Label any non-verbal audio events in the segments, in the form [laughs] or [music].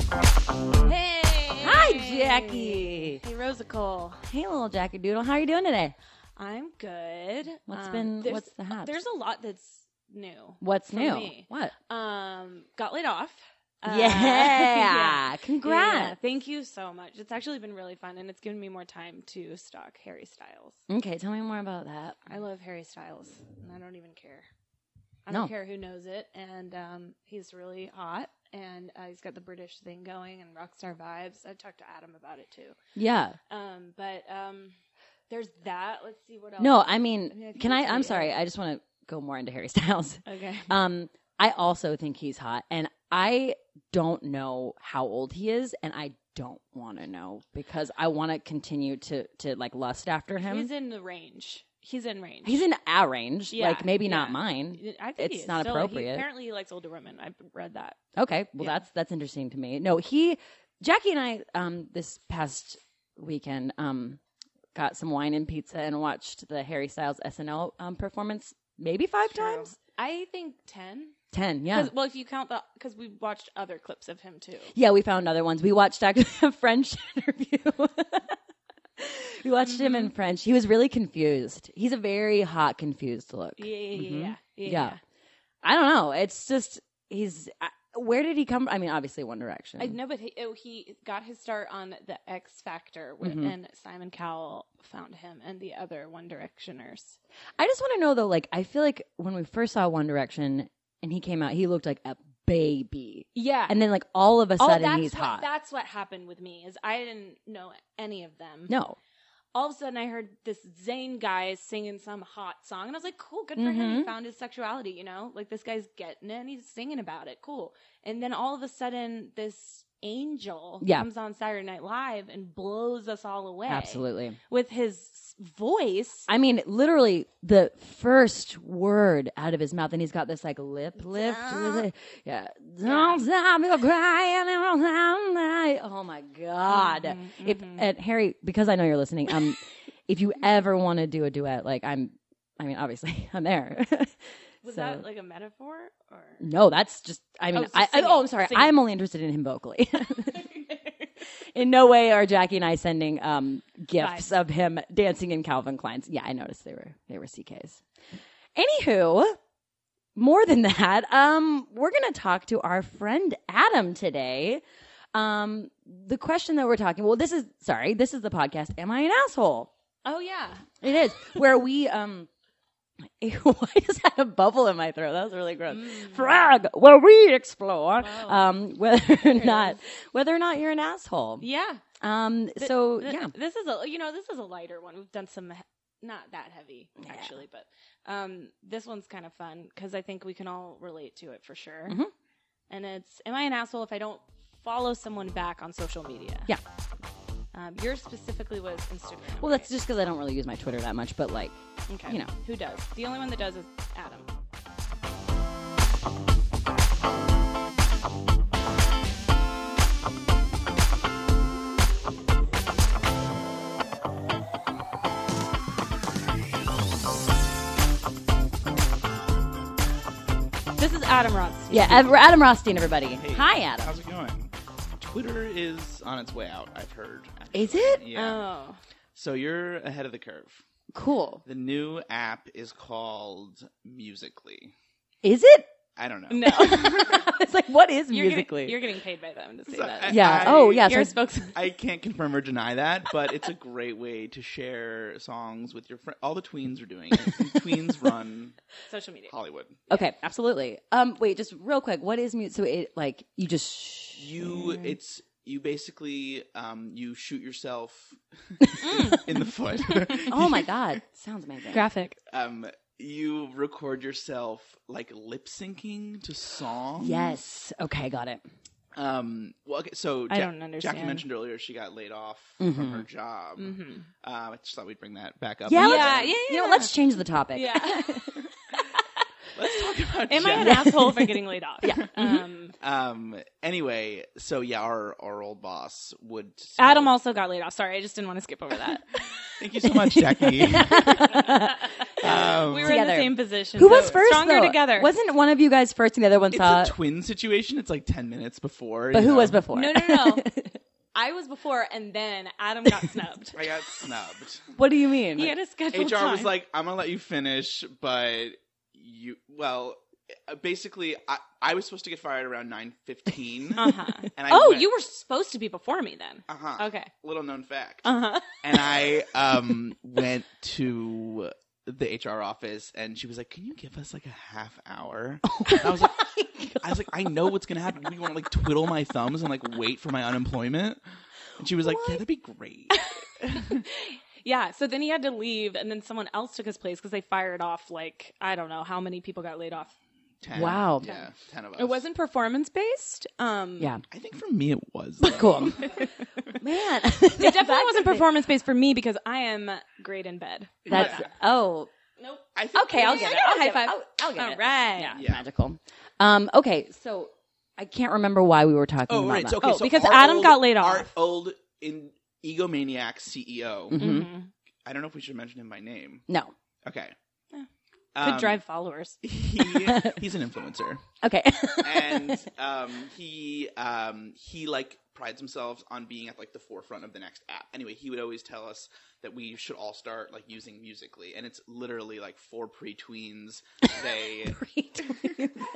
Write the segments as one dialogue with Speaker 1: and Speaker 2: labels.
Speaker 1: Hey!
Speaker 2: Hi, Jackie.
Speaker 1: Hey, Rosa Cole.
Speaker 2: Hey, little Jackie Doodle, how are you doing today?
Speaker 1: I'm good.
Speaker 2: What's
Speaker 1: What's
Speaker 2: been- what's the haps?
Speaker 1: Um, There's a lot that's new.
Speaker 2: What's
Speaker 1: For
Speaker 2: new?
Speaker 1: me.
Speaker 2: What?
Speaker 1: Um, got laid off. Uh, [laughs]
Speaker 2: yeah.
Speaker 1: yeah. Yeah,
Speaker 2: Congrats.
Speaker 1: Thank you so much. It's actually been really fun, and it's given me more time to stalk Harry Styles.
Speaker 2: Okay, tell me more about that.
Speaker 1: I love Harry Styles, and I don't even care. I
Speaker 2: No.
Speaker 1: don't care who knows it, and um, he's really hot, and uh, he's got the British thing going and rock star vibes. I talked to Adam about it too.
Speaker 2: Yeah.
Speaker 1: Um, but um, there's that. Let's see what else.
Speaker 2: No, I
Speaker 1: I mean, I
Speaker 2: mean,
Speaker 1: think
Speaker 2: can I?
Speaker 1: that's
Speaker 2: I'm
Speaker 1: really
Speaker 2: sorry.
Speaker 1: it.
Speaker 2: I just want to go more into Harry [laughs] Styles.
Speaker 1: Okay.
Speaker 2: Um, I also think he's hot, and I don't know how old he is, and I don't want to know because I want to continue to to like lust after him.
Speaker 1: He's in the range. He's in range.
Speaker 2: He's in our range,
Speaker 1: Yeah,
Speaker 2: like maybe not
Speaker 1: yeah.
Speaker 2: mine.
Speaker 1: I think
Speaker 2: It's
Speaker 1: he is
Speaker 2: not
Speaker 1: still-
Speaker 2: appropriate.
Speaker 1: He, apparently, he likes older women. I've read that.
Speaker 2: Okay, well
Speaker 1: Yeah.
Speaker 2: that's that's interesting to me. No, he, Jackie and I, um, this past weekend, um, got some wine and pizza and watched the Harry Styles SNL um performance maybe five
Speaker 1: True.
Speaker 2: times,
Speaker 1: I think ten.
Speaker 2: ten, yeah.
Speaker 1: 'Cause- Well, if you count the, because we watched other clips of him too.
Speaker 2: Yeah, we found other ones. We watched actually [laughs] a French interview. [laughs] we watched him
Speaker 1: Mm-hmm.
Speaker 2: in French. He was really confused. He's a very hot, confused look.
Speaker 1: Yeah, yeah, yeah,
Speaker 2: Mhm.
Speaker 1: yeah, yeah,
Speaker 2: Yeah.
Speaker 1: yeah.
Speaker 2: I don't know. It's just he's. I, where did he come? I mean, obviously One Direction.
Speaker 1: I know, but he, oh, he got his start on the X Factor, with,
Speaker 2: Mhm.
Speaker 1: and Simon Cowell found him, and the other One Directioners.
Speaker 2: I just want to know though. Like, I feel like when we first saw One Direction and he came out, he looked like a baby,
Speaker 1: Yeah,
Speaker 2: and then like all of a sudden
Speaker 1: Oh, that's
Speaker 2: he's
Speaker 1: what,
Speaker 2: hot.
Speaker 1: That's what happened with me is I didn't know any of them.
Speaker 2: no,
Speaker 1: All of a sudden, I heard this Zane guy singing some hot song, and I was like, "Cool, good for him. He
Speaker 2: Mhm.
Speaker 1: found his sexuality. You know, like this guy's getting it, and he's singing about it. Cool." And then all of a sudden, this angel
Speaker 2: Yeah.
Speaker 1: comes on Saturday Night Live and blows us all away.
Speaker 2: absolutely.
Speaker 1: with his voice.
Speaker 2: I mean, literally the first word out of his mouth, and he's got this like lip lift.
Speaker 1: Duh.
Speaker 2: Yeah. Don't stop your crying. it won't sound like- Oh my God.
Speaker 1: Mhm,
Speaker 2: If
Speaker 1: mhm.
Speaker 2: and Harry, because I know you're listening, um, if you ever want to do a duet, like I'm, I mean, obviously [laughs] I'm there.
Speaker 1: was
Speaker 2: so-
Speaker 1: that like a metaphor
Speaker 2: [laughs]
Speaker 1: or? [laughs]
Speaker 2: no, that's just. I mean,
Speaker 1: Oh, so
Speaker 2: I, I-
Speaker 1: singing,
Speaker 2: oh, I'm sorry.
Speaker 1: singing.
Speaker 2: I'm only interested in him vocally. [laughs] in no way are Jackie and I sending um, gifts of him dancing in Calvin Klein's. Yeah, I noticed they were they were CKs. Anywho, more than that, um, we're gonna talk to our friend Adam today. Um, the question that we're talking well, this is sorry, this is the podcast. Am I an asshole?
Speaker 1: oh yeah,
Speaker 2: It is where we um. [laughs] Why just had a bubble in my throat? That was really gross. Frog, where we explore
Speaker 1: Mm. Wow.
Speaker 2: um, whether or
Speaker 1: it
Speaker 2: not whether or not you're an asshole.
Speaker 1: yeah.
Speaker 2: Um. So
Speaker 1: Th-
Speaker 2: yeah,
Speaker 1: this is a you know this is a lighter one. We've done some he- not that heavy
Speaker 2: Yeah.
Speaker 1: actually, but um, this one's kind of fun because I think we can all relate to it for sure.
Speaker 2: Mhm.
Speaker 1: And it's am I an asshole if I don't follow someone back on social media?
Speaker 2: Yeah.
Speaker 1: Um, yours specifically was Instagram.
Speaker 2: well, that's just because I don't really use my Twitter that much. But like,
Speaker 1: right? okay.
Speaker 2: you know.
Speaker 1: who does? The only one that does is Adam. This is Adam Rothstein.
Speaker 2: yeah, Ev- Adam Rothstein, everybody. Hi, Adam.
Speaker 3: How's it going? Twitter is on its way out, I've heard.
Speaker 2: Is it?
Speaker 3: Yeah.
Speaker 1: Oh,
Speaker 3: so you're ahead of the curve.
Speaker 2: Cool.
Speaker 3: The new app is called Musically.
Speaker 2: Is it? [laughs]
Speaker 3: I don't know.
Speaker 1: no. [laughs]
Speaker 2: it's like what is
Speaker 1: you're
Speaker 2: musically?
Speaker 1: Getting, you're getting paid by them to say
Speaker 3: [laughs] So
Speaker 1: that.
Speaker 3: I-
Speaker 2: yeah. oh yeah.
Speaker 1: You're
Speaker 2: So
Speaker 1: a spokesman.
Speaker 3: [laughs] I can't confirm or deny that, but it's a great way to share songs with your friends. All the tweens are doing [laughs] it. And tweens run
Speaker 1: Social media.
Speaker 3: Hollywood.
Speaker 2: okay, absolutely. Um, wait, just real quick. What is music? So it like you just sh-
Speaker 3: You, it's you basically um, you
Speaker 2: [laughs]
Speaker 3: shoot yourself [laughs] in the foot. [laughs]
Speaker 2: Oh my god, sounds amazing.
Speaker 1: Graphic.
Speaker 3: um, you record yourself like lip syncing to songs.
Speaker 2: Yes. Okay, got it.
Speaker 3: Um. Well, okay. So
Speaker 1: I
Speaker 3: Ja-
Speaker 1: don't understand.
Speaker 3: Jackie mentioned earlier she got laid off from
Speaker 2: Mhm.
Speaker 3: her job.
Speaker 1: Mm-hmm.
Speaker 3: Um, I just thought we'd bring that back up.
Speaker 2: Yeah,
Speaker 1: Yeah, yeah,
Speaker 2: You know, [laughs]
Speaker 1: yeah.
Speaker 2: let's change the topic.
Speaker 1: Yeah.
Speaker 3: But Let's talk about
Speaker 1: Am I an
Speaker 3: Jack.
Speaker 1: asshole for getting laid off?
Speaker 2: Yeah. Mm-hmm.
Speaker 1: Um,
Speaker 3: Um. Anyway, so yeah, our our old boss would.
Speaker 1: Adam also got laid off. Sorry, I just didn't want to skip over that.
Speaker 3: Thank you so
Speaker 1: [laughs]
Speaker 3: much, Jackie. um,
Speaker 1: we were in
Speaker 2: Together.
Speaker 1: the same position.
Speaker 2: Who was
Speaker 1: so
Speaker 2: first?
Speaker 1: Stronger
Speaker 2: though?
Speaker 1: together.
Speaker 2: Wasn't one of you guys first and the other one
Speaker 3: it's
Speaker 2: saw?
Speaker 3: a twin situation. It's like ten minutes before.
Speaker 2: but
Speaker 3: you
Speaker 2: who
Speaker 3: know?
Speaker 2: was before?
Speaker 1: no, no, no. I was before, and then Adam got snubbed.
Speaker 3: I got snubbed.
Speaker 2: [laughs] what do you mean?
Speaker 1: He had a schedule.
Speaker 3: HR was like, "I'm gonna let you finish, but you well." uh, Basically, I, I was supposed to get fired around nine
Speaker 1: [laughs]
Speaker 3: fifteen,
Speaker 1: uh huh.
Speaker 3: and I
Speaker 1: Oh,
Speaker 3: went-
Speaker 1: you were supposed to be before me then.
Speaker 3: uh-huh,
Speaker 1: Okay.
Speaker 3: little known fact.
Speaker 1: Uh huh.
Speaker 3: and I um went to the HR office and she was like, "Can you give us like a half
Speaker 1: [laughs]
Speaker 3: hour?"
Speaker 1: Oh
Speaker 3: And I was like, [laughs] "I was like, I know what's gonna happen. You want to like twiddle my thumbs and like wait for my unemployment?" And she was like, "Yeah, that'd be great."
Speaker 1: [laughs] Yeah. So then he had to leave, and then someone else took his place because they fired off like I don't know how many people got laid off.
Speaker 3: Ten.
Speaker 2: Wow.
Speaker 3: Yeah, ten of us.
Speaker 1: It wasn't performance based. Um,
Speaker 2: Yeah.
Speaker 3: I think for me it was.
Speaker 1: [laughs]
Speaker 3: though.
Speaker 2: Cool. Man. it [laughs]
Speaker 1: It definitely wasn't performance based for me because I am great in bed.
Speaker 2: That's oh
Speaker 1: Nope.
Speaker 3: I think
Speaker 2: okay. I'll get it.
Speaker 1: I'll
Speaker 2: I'll
Speaker 1: high
Speaker 2: give it.
Speaker 1: five.
Speaker 2: I'll, I'll get
Speaker 1: All
Speaker 2: it.
Speaker 1: right.
Speaker 2: Yeah,
Speaker 3: Yeah.
Speaker 2: magical. Um, okay, so I can't remember why we were talking
Speaker 3: Oh,
Speaker 2: about
Speaker 3: right.
Speaker 2: that.
Speaker 3: So, okay,
Speaker 1: Oh,
Speaker 3: so
Speaker 1: because
Speaker 3: our
Speaker 1: Adam
Speaker 3: old-
Speaker 1: got laid
Speaker 3: Our
Speaker 1: off.
Speaker 3: old in egomaniac CEO.
Speaker 2: Mhm.
Speaker 1: Mhm.
Speaker 3: I don't know if we should mention him by name.
Speaker 2: No.
Speaker 3: Okay.
Speaker 1: Yeah.
Speaker 3: Um,
Speaker 1: Could drive followers.
Speaker 3: [laughs] He, he's an influencer.
Speaker 2: Okay. [laughs]
Speaker 3: and um, he um, he like prides himself on being at like the forefront of the next app. Anyway, he would always tell us that we should all start like using Musically, and it's literally like for pre-tweens.
Speaker 1: [laughs]
Speaker 3: They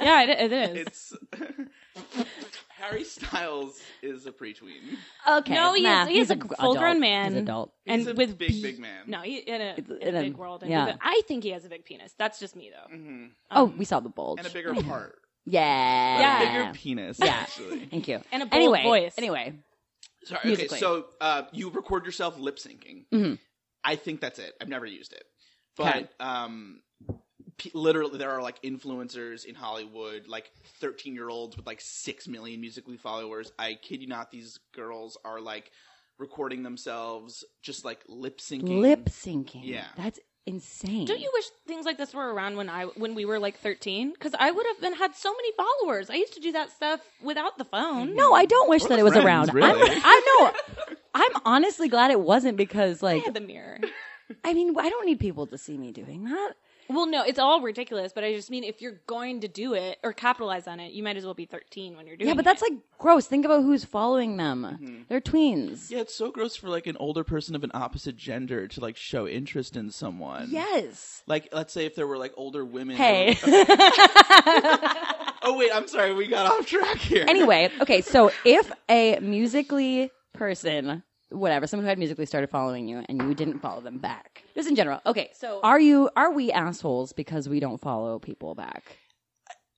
Speaker 1: Yeah, it, it is.
Speaker 3: it's [laughs] Harry Styles is a pre-tween.
Speaker 2: okay.
Speaker 1: No, he is-
Speaker 2: nah,
Speaker 1: he
Speaker 2: he's
Speaker 1: is a
Speaker 2: gr-
Speaker 1: full-grown
Speaker 2: adult.
Speaker 1: man.
Speaker 2: He's adult.
Speaker 3: He's
Speaker 1: And
Speaker 3: a
Speaker 1: with
Speaker 3: big
Speaker 1: be-
Speaker 3: big man.
Speaker 1: No, he, in a,
Speaker 2: It's-
Speaker 1: in a
Speaker 2: in
Speaker 1: big
Speaker 2: a-
Speaker 1: world. and
Speaker 2: yeah.
Speaker 1: he's a- I think he has a big penis. That's just me though.
Speaker 3: Mhm.
Speaker 2: oh,
Speaker 1: Um,
Speaker 2: we saw the bulge.
Speaker 3: and a bigger heart,
Speaker 1: [laughs]
Speaker 2: yeah.
Speaker 1: Yeah.
Speaker 3: a bigger penis.
Speaker 2: Yeah.
Speaker 3: actually.
Speaker 2: Thank you.
Speaker 1: and a bold
Speaker 2: Anyway,
Speaker 1: voice.
Speaker 2: anyway,
Speaker 3: [laughs] Sorry.
Speaker 2: Musically.
Speaker 3: Okay, so uh, you record yourself lip syncing.
Speaker 2: Mhm.
Speaker 3: I think that's it. I've never used it, but
Speaker 2: Okay.
Speaker 3: um, pe- literally there are like influencers in Hollywood, like thirteen-year-olds with like six million musically followers. I kid you not, these girls are like recording themselves, just like lip syncing.
Speaker 2: lip syncing.
Speaker 3: Yeah.
Speaker 2: that's insane.
Speaker 1: Don't you wish things like this were around when I when we were like 13? Because I would have been had so many followers. I used to do that stuff without the phone.
Speaker 2: No, I don't wish
Speaker 3: We're
Speaker 2: that it was
Speaker 3: friends,
Speaker 2: around.
Speaker 3: really.
Speaker 2: I'm, [laughs] I know. I'm honestly glad it wasn't because,
Speaker 1: I
Speaker 2: like,
Speaker 1: had the
Speaker 3: [laughs]
Speaker 1: mirror.
Speaker 2: I mean, I don't need people to see me doing that.
Speaker 1: well, no, it's all ridiculous. But I just mean if you're going to do it or capitalize on it, you might as well be 13 when you're doing.
Speaker 2: Yeah, but
Speaker 1: it.
Speaker 2: that's like gross. Think about who's following them. They're tweens.
Speaker 3: Yeah, it's so gross for like an older person of an opposite gender to like show interest in someone.
Speaker 2: Yes.
Speaker 3: Like, let's say if there were like older women. who-
Speaker 2: Hey.
Speaker 3: Oh wait, I'm sorry, we got off track here.
Speaker 2: anyway, okay, so if a musically person, whatever, someone who had musically started following you and you didn't follow them back. Just in general. Okay, so
Speaker 1: So-
Speaker 2: are you are we assholes because we don't follow people back?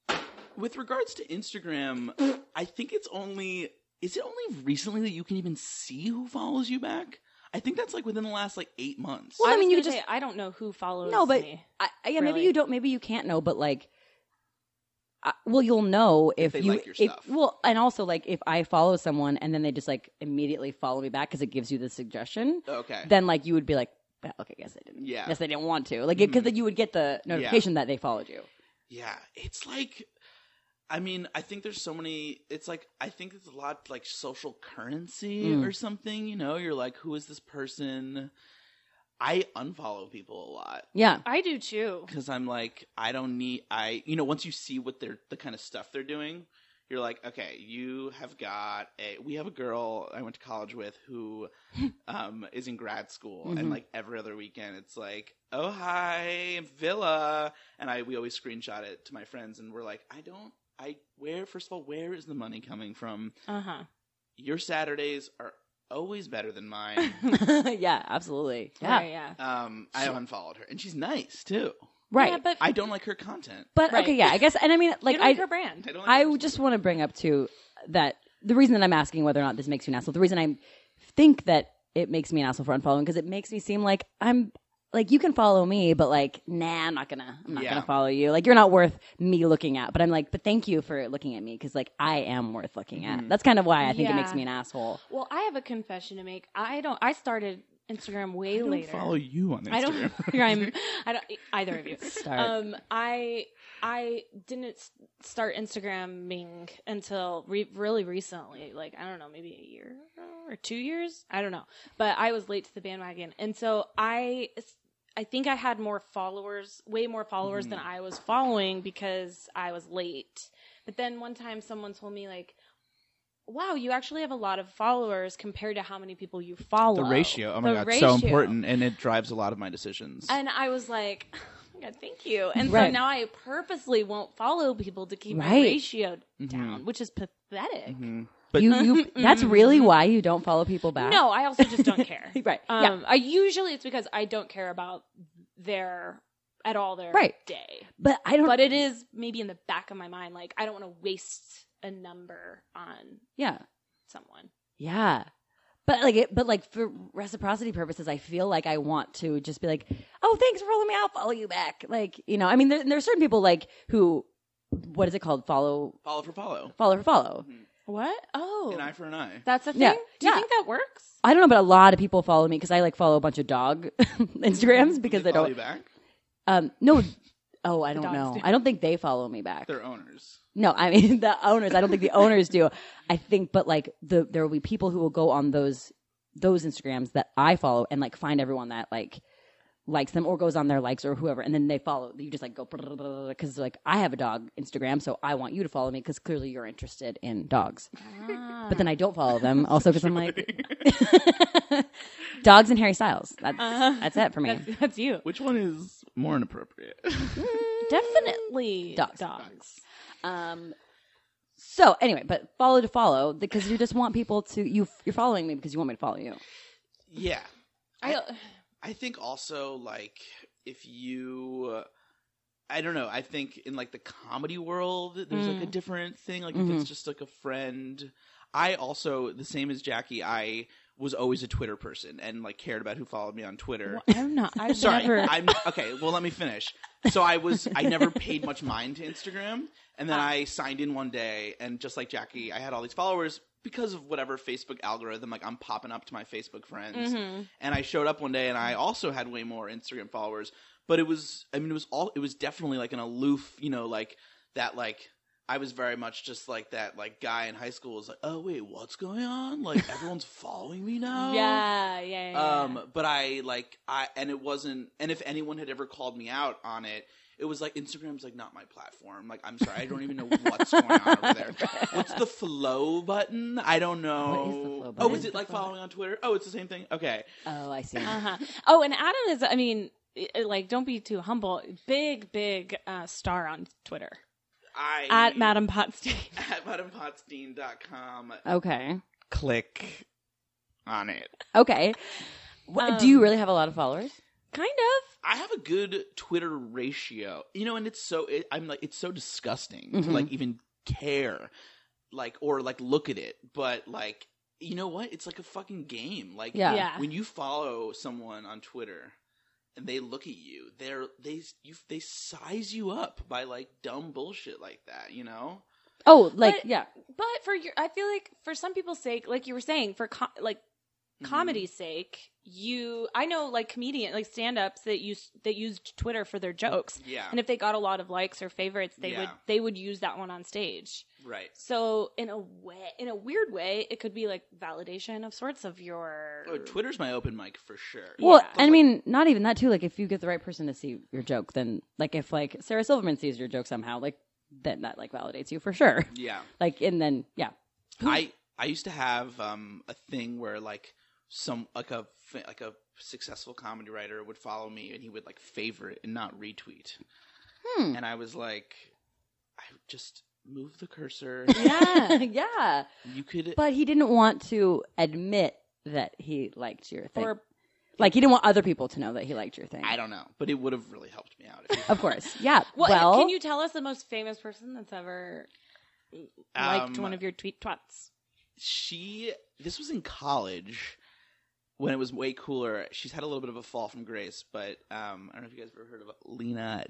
Speaker 3: [laughs] with regards to Instagram, I think it's only is it only recently that you can even see who follows you back? I think that's like within the last like eight months.
Speaker 2: Well, I
Speaker 1: was
Speaker 2: mean, you
Speaker 1: gonna
Speaker 2: just-
Speaker 1: say, I don't know who follows.
Speaker 2: No, but
Speaker 1: me.
Speaker 2: I, I- yeah, maybe
Speaker 1: Really?
Speaker 2: you don't. Maybe you can't know, but like, I, well, you'll know if,
Speaker 3: they
Speaker 2: you
Speaker 3: like your
Speaker 2: if-
Speaker 3: stuff.
Speaker 2: well, and also like if I follow someone and then they just like immediately follow me back because it gives you the suggestion,
Speaker 3: okay,
Speaker 2: then like you would be like, "Oh, okay, yes, I didn't.
Speaker 3: Yeah. Mm-hmm.
Speaker 2: yes, they didn't want to. Like, because then you would get the notification that they followed you.
Speaker 3: yeah, it's like. I mean, I think there's so many. It's like I think it's a lot like social currency
Speaker 2: Mm.
Speaker 3: or something. You know, you're like, who is this person? I unfollow people a lot
Speaker 2: Yeah, [laughs]
Speaker 1: I do too.
Speaker 3: because I'm like, I don't need. I you know, once you see what they're the kind of stuff they're doing, you're like, okay, you have got a. We have a girl I went to college with who
Speaker 2: [laughs]
Speaker 3: um, is in grad school,
Speaker 2: Mhm.
Speaker 3: and like every other weekend, it's like, oh hi, villa, and I we always screenshot it to my friends, and we're like, I don't, I where first of all, where is the money coming from?
Speaker 1: Uh huh.
Speaker 3: Your Saturdays are always better
Speaker 2: [laughs]
Speaker 3: than mine.
Speaker 2: yeah, absolutely. Yeah,
Speaker 1: Right,
Speaker 2: right.
Speaker 1: yeah.
Speaker 3: um, I unfollowed her, and she's nice too.
Speaker 1: Yeah, but
Speaker 3: I don't like her content.
Speaker 2: but
Speaker 1: Right.
Speaker 2: okay, yeah, I guess. And I mean,
Speaker 1: [laughs]
Speaker 2: like,
Speaker 1: you don't
Speaker 2: I
Speaker 1: like her brand.
Speaker 3: I don't. Like
Speaker 2: I
Speaker 3: her
Speaker 2: would just want to bring up too that the reason that I'm asking whether or not this makes you an asshole, the reason I think that it makes me an asshole for unfollowing because it makes me seem like I'm like you can follow me, but like nah, I'm not gonna, I'm not
Speaker 3: Yeah.
Speaker 2: gonna follow you. Like you're not worth me looking at. But I'm like, but thank you for looking at me because like I am worth
Speaker 3: Mm-hmm.
Speaker 2: looking at. That's kind of why I think it
Speaker 1: [laughs]
Speaker 2: makes
Speaker 1: Yeah.
Speaker 2: me an asshole.
Speaker 1: Well, I have a confession to make. I don't. I started Instagram way
Speaker 3: I don't
Speaker 1: later.
Speaker 3: follow you on Instagram.
Speaker 1: I don't.
Speaker 3: [laughs]
Speaker 1: I'm. I don't. e-, Either of you.
Speaker 2: Start.
Speaker 1: Um, I I didn't s- start Instagramming until re- really recently. Like I don't know, maybe a year ago or two years. I don't know, but I was late to the bandwagon, and so I I think I had more followers, way more followers than
Speaker 3: Mm-hmm.
Speaker 1: I was following because I was late. But then one time, someone told me like. Wow, you actually have a lot of followers compared to how many people you [laughs] follow.
Speaker 3: the ratio. Oh my
Speaker 1: The
Speaker 3: god,
Speaker 1: ratio.
Speaker 3: so important, and it drives a lot of my decisions.
Speaker 1: And I was like, [sighs] oh my God, thank you. And so
Speaker 2: Right.
Speaker 1: now I purposely won't follow people to keep my
Speaker 2: Right. Mm-hmm.
Speaker 1: ratio down, which is pathetic.
Speaker 3: Mhm. But
Speaker 2: you, you,
Speaker 1: [laughs]
Speaker 2: that's really why you don't follow people back.
Speaker 1: Mm-hmm. No, I also just don't care.
Speaker 2: [laughs] Right.
Speaker 1: Um,
Speaker 2: [laughs] yeah.
Speaker 1: I usually it's because I don't care about their at all their
Speaker 2: Right.
Speaker 1: day.
Speaker 2: But I don't.
Speaker 1: But it is maybe in the back of my mind, like I don't want to waste a number on
Speaker 2: yeah.
Speaker 1: someone.
Speaker 2: Yeah. But like it, but like for reciprocity purposes, I feel like I want to just be like, oh, thanks for following me. I'll follow you back. Like, you know, I mean, there, there are certain people like who, what is it called? Follow,
Speaker 3: follow for follow,
Speaker 2: follow for follow.
Speaker 1: What? Oh,
Speaker 3: an eye for an eye.
Speaker 1: that's a thing.
Speaker 2: Yeah.
Speaker 1: Do you
Speaker 2: Yeah.
Speaker 1: think that works?
Speaker 2: I don't know, but a lot of people follow me because I like follow a bunch of dog [laughs] Instagrams because
Speaker 3: they
Speaker 2: they,
Speaker 3: follow you
Speaker 2: don't.
Speaker 3: back.
Speaker 2: Um, no, oh, I don't
Speaker 1: dogs
Speaker 2: know.
Speaker 1: do.
Speaker 2: I don't think they follow me back.
Speaker 3: They're owners.
Speaker 2: No, I mean [laughs] the owners. I don't think the owners do. I think, but like the there will be people who will go on those those Instagrams that I follow and like find everyone that like likes them or goes on their likes or whoever, and then they follow. You just like go [laughs] because like I have a dog Instagram, so I want you to follow me because clearly you're interested in dogs.
Speaker 1: Ah.
Speaker 2: But then I don't follow them also because I'm like [laughs] dogs and Harry Styles. That's that's it for me.
Speaker 1: That's, that's you.
Speaker 3: Which one is more inappropriate? [laughs]
Speaker 1: Definitely
Speaker 2: Mm. Dogs.
Speaker 1: Dogs.
Speaker 2: Um, so anyway, but follow to follow because you just want people to you. You're following me because you want me to follow you.
Speaker 3: yeah,
Speaker 1: I,
Speaker 3: I think also like if you I don't know, I think in like the comedy world there's like a
Speaker 1: Mm.
Speaker 3: different thing like if
Speaker 1: Mm-hmm.
Speaker 2: Mhm.
Speaker 3: it's just like a friend. I also the same as Jackie, I was always a Twitter person and like cared about who followed me on Twitter.
Speaker 1: I'm
Speaker 3: [laughs]
Speaker 1: not. I've
Speaker 3: Sorry,
Speaker 1: never.
Speaker 3: I'm okay. Well, let me finish. So I was, I never paid much mind to Instagram, and then I signed in one day, and just like Jackie, I had all these followers because of whatever Facebook algorithm. Like I'm popping up to my Facebook friends,
Speaker 1: Mm-hmm.
Speaker 3: and I showed up one day, and I also had way more Instagram followers. But it was, I mean, it was all, it was definitely like an aloof, you know, like that, like. I was very much just like that, like guy in high school was like, "Oh wait, what's going on? Like everyone's following me
Speaker 1: [laughs]
Speaker 3: now."
Speaker 1: Yeah, yeah, yeah. yeah.
Speaker 3: Um, but I like I and it wasn't and if anyone had ever called me out on it, it was like Instagram's like not my platform. Like I'm sorry, I don't even know what's going on
Speaker 2: [laughs]
Speaker 3: over there. What's the flow button? I don't know.
Speaker 2: What is the flow
Speaker 3: Oh,
Speaker 2: button?
Speaker 3: is it like following on Twitter? Oh, it's the same thing. Okay.
Speaker 2: Oh, I see.
Speaker 1: Uh-huh. Oh, and Adam is, I mean, i- i- like, don't be too humble. Big, big uh, star on Twitter.
Speaker 3: I
Speaker 1: At Madam Potstein.
Speaker 3: [laughs] at madampotstein.com.
Speaker 2: Okay.
Speaker 3: Click on it.
Speaker 2: Okay. Wha-
Speaker 1: Um,
Speaker 2: Do you really have a lot of followers?
Speaker 1: [laughs] kind of.
Speaker 3: I have a good Twitter ratio, you know, and it's so it, I'm like it's so disgusting
Speaker 1: Mm-hmm.
Speaker 3: to like even care, like or like look at it, but like you know what? It's like a fucking game. Like
Speaker 2: Yeah.
Speaker 1: Yeah.
Speaker 3: when you follow someone on Twitter and they look at you, they're they you they size you up by like dumb bullshit like that, you know?
Speaker 2: Oh, like
Speaker 1: But-
Speaker 2: yeah.
Speaker 1: But for your, I feel like for some people's sake, like you were saying, for co- like
Speaker 3: Mm-hmm.
Speaker 1: comedy's sake, you, I know like comedian, like stand ups that use, that used Twitter for their jokes.
Speaker 3: Yeah,
Speaker 1: And if they got a lot of likes or favorites, they would,
Speaker 3: Yeah.
Speaker 1: they would use that one on stage.
Speaker 3: right.
Speaker 1: So in a way, in a weird way, it could be like validation of sorts of your.
Speaker 3: Oh, Twitter's my open mic for sure.
Speaker 2: Well,
Speaker 1: Yeah.
Speaker 2: I mean, not even that too. Like, if you get the right person to see your joke, then like if like Sarah Silverman sees your joke somehow, like then that like validates you for sure. [laughs]
Speaker 3: yeah.
Speaker 2: Like, and then yeah,
Speaker 3: I I used to have um a thing where like some like a fa- like a successful comedy writer would follow me and he would like favorite and not retweet.
Speaker 2: Hmm.
Speaker 3: And I was like I just move
Speaker 2: [laughs]
Speaker 3: the cursor.
Speaker 1: yeah.
Speaker 2: yeah.
Speaker 3: you could
Speaker 2: But he didn't want to admit that he liked your thing.
Speaker 1: Or
Speaker 2: like he didn't want other people to know that he liked your thing.
Speaker 3: I don't know, but it would have really helped me out. If
Speaker 2: Of
Speaker 1: [laughs]
Speaker 2: course, yeah.
Speaker 1: well,
Speaker 2: Well,
Speaker 1: can you tell us the most famous person that's ever liked
Speaker 3: Um,
Speaker 1: one of your tweet twats?
Speaker 3: she this was in college when it was way cooler. She's had a little bit of a fall from grace, but um I don't know if you guys ever heard of Lena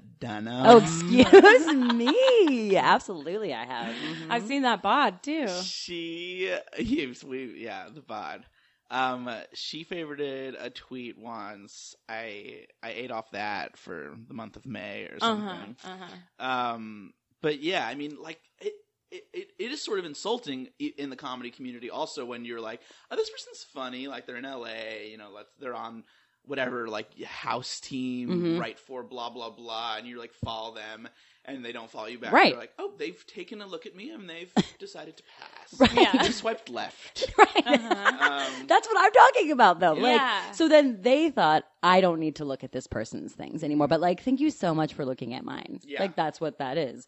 Speaker 1: [laughs]
Speaker 3: Dunham.
Speaker 2: oh, excuse me. Absolutely, I have.
Speaker 1: Mm-hmm.
Speaker 3: Mhm.
Speaker 1: I've seen that bod too.
Speaker 3: She, he was- we, yeah, the bod. Um, she favorited a tweet once. I I ate off that for the month of May or
Speaker 1: Uh
Speaker 3: something.
Speaker 1: huh. Uh
Speaker 2: [laughs]
Speaker 1: huh.
Speaker 3: Um, but yeah, I mean, like it, it, it, it is sort of insulting i- in the comedy community also when you're like, oh, this person's funny, like they're in L.A., you know, let's they're on whatever like house team
Speaker 2: Mhm.
Speaker 3: right for blah blah blah and you like follow them and they don't follow you back
Speaker 2: Right.
Speaker 3: you're like oh they've taken a look at me and
Speaker 2: [laughs]
Speaker 3: they've decided to pass
Speaker 2: Right.
Speaker 1: Yeah.
Speaker 3: they
Speaker 2: [laughs]
Speaker 3: swiped left
Speaker 2: [laughs] right.
Speaker 1: Uh-huh.
Speaker 3: um,
Speaker 2: That's what I'm talking about, though.
Speaker 1: Yeah.
Speaker 2: Like, so then they thought I don't need to look at this person's things anymore. But like, thank you so much for looking at mine.
Speaker 3: Yeah.
Speaker 2: Like, that's what that is.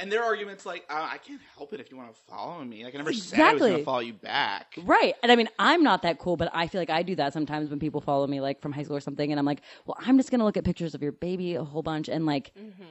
Speaker 3: and their argument's like uh, i can't help it if you want to follow me like i never said i was
Speaker 2: Exactly.
Speaker 3: going to follow you back
Speaker 2: Right. And I mean, I'm not that cool, but I feel like I do that sometimes when people follow me, like from high school or something. And I'm like, well, I'm just going to look at pictures of your baby a whole bunch. And like,
Speaker 1: Mhm.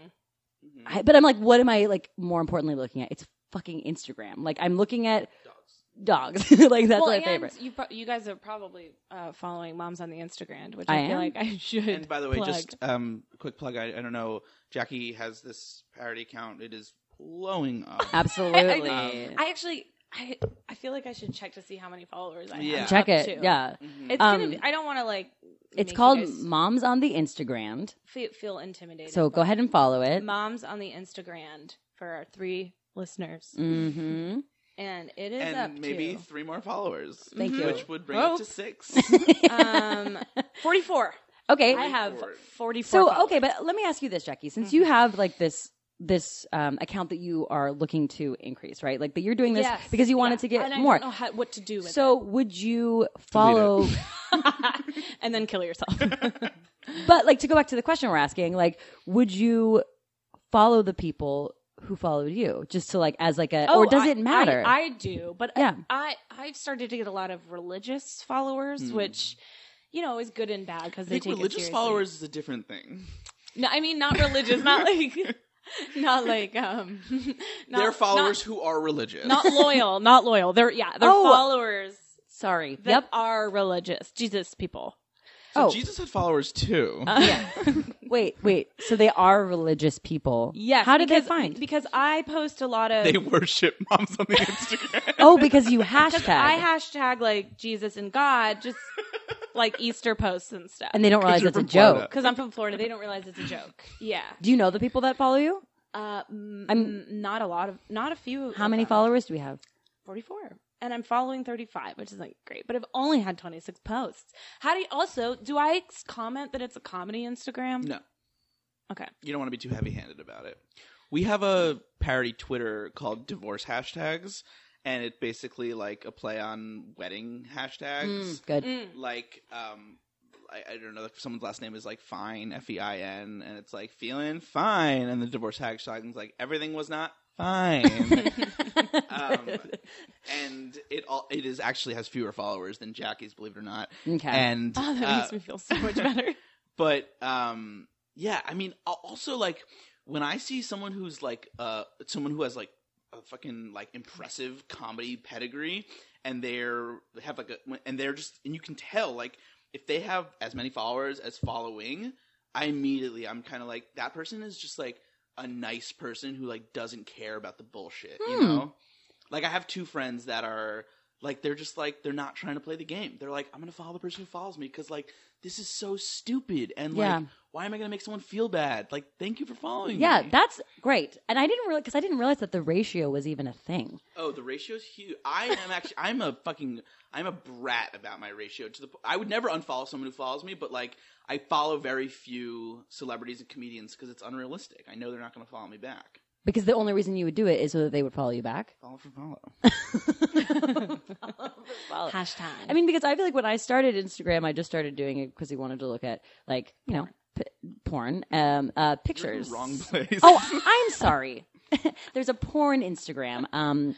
Speaker 3: Mhm.
Speaker 2: I, but I'm like, what am I like more importantly looking at? It's fucking Instagram. Like, I'm looking at
Speaker 3: Dogs.
Speaker 2: dogs. [laughs] like, that's
Speaker 1: well,
Speaker 2: my
Speaker 1: and
Speaker 2: favorite.
Speaker 1: [laughs] You, pro- you guys are probably uh, following moms on the Instagram, which
Speaker 2: I
Speaker 1: I, feel
Speaker 2: am.
Speaker 1: like I should.
Speaker 3: And by the way,
Speaker 1: plug. [laughs]
Speaker 3: just um, quick plug. I, I don't know. Jackie has this parody account. It is blowing up.
Speaker 2: Absolutely.
Speaker 3: Um,
Speaker 1: I actually, I, I feel like I should check to see how many followers I
Speaker 3: Yeah.
Speaker 1: have.
Speaker 2: Check
Speaker 1: up
Speaker 2: it.
Speaker 1: to.
Speaker 2: Yeah.
Speaker 3: Mhm.
Speaker 1: It's
Speaker 2: Um,
Speaker 1: gonna be, I don't want to like. make
Speaker 2: It's
Speaker 1: you
Speaker 2: called
Speaker 1: guys
Speaker 2: Moms on the Instagram.
Speaker 1: fe- feel intimidated.
Speaker 2: So go
Speaker 1: but
Speaker 2: ahead and follow it.
Speaker 1: Moms on the Instagram for our three listeners,
Speaker 2: Mm-hmm.
Speaker 1: and it is up
Speaker 3: and maybe
Speaker 1: to
Speaker 3: three more followers.
Speaker 2: Thank you.
Speaker 3: Which would bring it to
Speaker 1: Hope. [laughs]
Speaker 3: six. [laughs]
Speaker 1: um, forty-four.
Speaker 2: okay.
Speaker 1: I Mm-hmm. have
Speaker 3: Forward.
Speaker 1: forty-four.
Speaker 2: so
Speaker 1: followers.
Speaker 2: okay, but let me ask you this, Jackie. Since you have like this this um, account that you are looking to increase, right? Like that you're doing this
Speaker 1: Yes.
Speaker 2: because you wanted
Speaker 1: Yeah.
Speaker 2: to get
Speaker 1: and I
Speaker 2: more.
Speaker 1: don't know how, what to do with
Speaker 2: So would you
Speaker 1: [laughs]
Speaker 2: follow?
Speaker 1: it, [laughs] and then kill
Speaker 2: [laughs]
Speaker 1: yourself.
Speaker 2: but like to go back to the question we're asking, like would you follow the people who followed you just to like as like a or does
Speaker 1: Oh, I-
Speaker 2: it matter?
Speaker 1: I, I do, but
Speaker 2: Yeah.
Speaker 1: I I've started to get a lot of religious followers,
Speaker 3: Hmm.
Speaker 1: which you know is good and bad because
Speaker 3: I
Speaker 1: they
Speaker 3: think
Speaker 1: take it
Speaker 3: religious
Speaker 1: seriously.
Speaker 3: followers is a different thing.
Speaker 1: No, I mean not religious,
Speaker 3: [laughs]
Speaker 1: not like [laughs] not like um. [laughs] Not,
Speaker 3: They're followers who are religious.
Speaker 1: Not, not loyal. Not loyal. They're yeah. They're
Speaker 2: Oh.
Speaker 1: followers
Speaker 2: Sorry.
Speaker 1: that
Speaker 2: Yep.
Speaker 1: are religious, Jesus people.
Speaker 3: So
Speaker 2: oh,
Speaker 3: [laughs] Jesus had followers too.
Speaker 1: Uh,
Speaker 2: wait, wait. So they are religious people.
Speaker 1: [laughs] Yes.
Speaker 2: How did
Speaker 1: because,
Speaker 2: they find?
Speaker 1: Because I post a lot of.
Speaker 3: they worship moms on
Speaker 1: [laughs]
Speaker 3: the Instagram.
Speaker 2: oh, because you hashtag.
Speaker 1: I hashtag like Jesus and God,
Speaker 3: [laughs]
Speaker 1: just like Easter posts and stuff.
Speaker 2: and they don't realize
Speaker 3: you're
Speaker 2: it's a
Speaker 3: from Florida.
Speaker 2: joke.
Speaker 1: Because I'm from Florida, they don't realize it's a joke. Yeah.
Speaker 2: Do you know the people that follow you?
Speaker 1: Uh, m-
Speaker 2: I'm-
Speaker 1: m- not a lot of, not a few.
Speaker 2: How
Speaker 1: of
Speaker 2: many
Speaker 1: them.
Speaker 2: followers do we have?
Speaker 1: 44. And I'm following 35, which isn't great, but I've only had 26 posts. How do you also, do I ex- comment that it's a comedy Instagram?
Speaker 3: No.
Speaker 1: Okay. [laughs]
Speaker 3: You don't want to be too heavy handed about it. We have a parody Twitter called Divorce Hashtags, and it basically like a play on wedding hashtags.
Speaker 2: Good.
Speaker 1: Mm.
Speaker 3: like um I, I don't know if someone's last name is like fine F E I N and it's like feeling fine and the divorce hashtag is like everything was not
Speaker 1: [laughs]
Speaker 3: fine um, and it all it is actually has fewer followers than Jackie's believe it or not
Speaker 2: okay.
Speaker 3: Mm. and
Speaker 1: Oh, that
Speaker 3: uh,
Speaker 1: makes me feel so much better.
Speaker 3: but um yeah I mean al- also like when I see someone who's like uh someone who has like a fucking like impressive comedy pedigree and they're they have like a and they're just and you can tell like if they have as many followers as following I immediately I'm kind of like that person is just like a nice person who like doesn't care about the bullshit you
Speaker 2: Hmm.
Speaker 3: know like I have two friends that are like they're just like they're not trying to play the game they're like I'm gonna follow the person who follows me because like this is so stupid and like
Speaker 2: Yeah.
Speaker 3: why am I gonna make someone feel bad like thank you for following
Speaker 2: yeah,
Speaker 3: me.
Speaker 2: that's great. And I didn't realize because I didn't realize that the ratio was even a thing.
Speaker 3: Oh, the ratio's huge. I am actually, I'm a fucking, I'm a brat about my ratio. To the, po- I would never unfollow someone who follows me, but like, I follow very few celebrities and comedians because it's unrealistic. I know they're not going to follow me back.
Speaker 2: Because the only reason you would do it is so that they would follow you back.
Speaker 3: Follow for [laughs] follow.
Speaker 1: Hashtag.
Speaker 2: I mean, because I feel like when I started Instagram, I just started doing it because we wanted to look at like you know p- porn, um, uh,
Speaker 3: You're in
Speaker 2: pictures.
Speaker 3: the wrong place. [laughs]
Speaker 2: Oh, I'm sorry. [laughs] There's a porn Instagram. Um,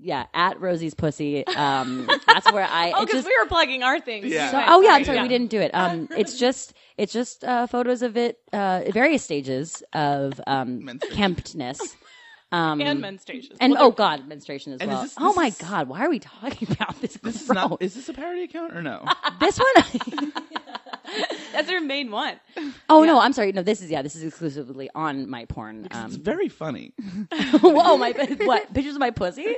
Speaker 2: yeah, at Rosie's pussy. Um, that's where I.
Speaker 1: oh,
Speaker 2: it
Speaker 1: because
Speaker 2: just-
Speaker 1: we were plugging our things.
Speaker 3: Yeah.
Speaker 2: So,
Speaker 3: Right,
Speaker 2: oh yeah, I'm
Speaker 1: sorry.
Speaker 2: sorry,
Speaker 1: Yeah.
Speaker 2: we didn't do it. Um, it's just it's just uh, photos of it uh, at various stages of um,
Speaker 3: Menstruation.
Speaker 2: kemptness. Um,
Speaker 1: And menstruation.
Speaker 2: and,
Speaker 1: Well,
Speaker 2: oh god, menstruation as
Speaker 3: And is
Speaker 2: well.
Speaker 3: this-
Speaker 2: oh
Speaker 3: this
Speaker 2: my
Speaker 3: is-
Speaker 2: god, why are we talking about this?
Speaker 3: [laughs] this is not. Is this a parody account or no?
Speaker 2: this one.
Speaker 1: That's their main one.
Speaker 2: Oh no, I'm sorry. No, this is yeah, this is exclusively on my porn.
Speaker 3: it's
Speaker 2: Um,
Speaker 3: very funny. [laughs]
Speaker 2: [laughs] whoa, my what pictures of my pussy?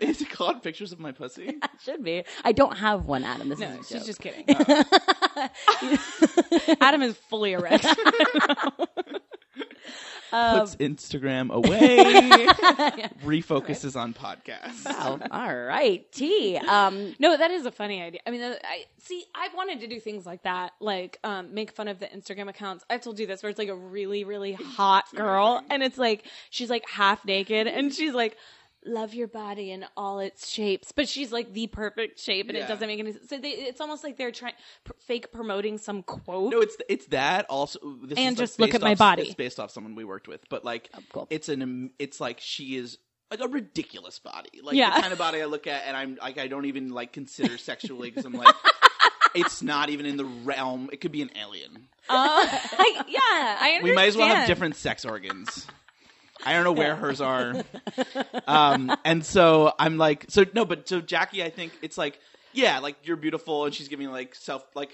Speaker 3: Is it called pictures of my pussy?
Speaker 2: Should be. I don't have one, Adam. This is a
Speaker 1: She's
Speaker 2: joke.
Speaker 1: just
Speaker 3: [laughs]
Speaker 1: kidding. Adam is fully erect.
Speaker 3: Puts Instagram away. refocuses on podcasts. [laughs]
Speaker 2: Wow. All right, T. Um,
Speaker 1: [laughs] no, that is a funny idea. I mean, that- I see. I've wanted to do things like that, like um, make fun of the Instagram accounts. I told you this, where it's like a really, really hot girl, and it's like she's like half naked, and she's like. Love your body in all its shapes, but she's like the perfect shape, and
Speaker 3: Yeah.
Speaker 1: it doesn't make any sense. So they, it's almost like they're trying pr- fake promoting some quote.
Speaker 3: No, it's it's that also. This
Speaker 1: And
Speaker 3: is, like,
Speaker 1: just look
Speaker 3: based
Speaker 1: at my
Speaker 3: off-
Speaker 1: body. Oh,
Speaker 3: It's based off someone we worked with, but like
Speaker 2: cool.
Speaker 3: it's an am- it's like she is like a ridiculous body, like
Speaker 1: Yeah.
Speaker 3: the kind of body I look at and I'm like I don't even like consider sexually because
Speaker 1: [laughs]
Speaker 3: I'm like it's not even in the realm. It could be an alien.
Speaker 1: Uh, I- yeah, I
Speaker 3: [laughs]
Speaker 1: understand.
Speaker 3: We might as well have different sex organs. I don't know where hers are.
Speaker 1: [laughs]
Speaker 3: Um, and so I'm like, so no, but so Jackie, I think it's like, yeah, like you're beautiful, and she's giving like self, like,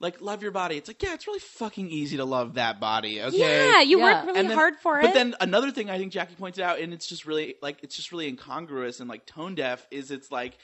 Speaker 3: like love your body. It's like, yeah, it's really fucking easy to love that body. Okay.
Speaker 1: Yeah, you
Speaker 2: Yeah.
Speaker 1: work really
Speaker 3: And then-
Speaker 1: hard for
Speaker 3: But
Speaker 1: it.
Speaker 3: then another thing I think Jackie pointed out, and it's just really like it's just really incongruous and like tone deaf, is it's like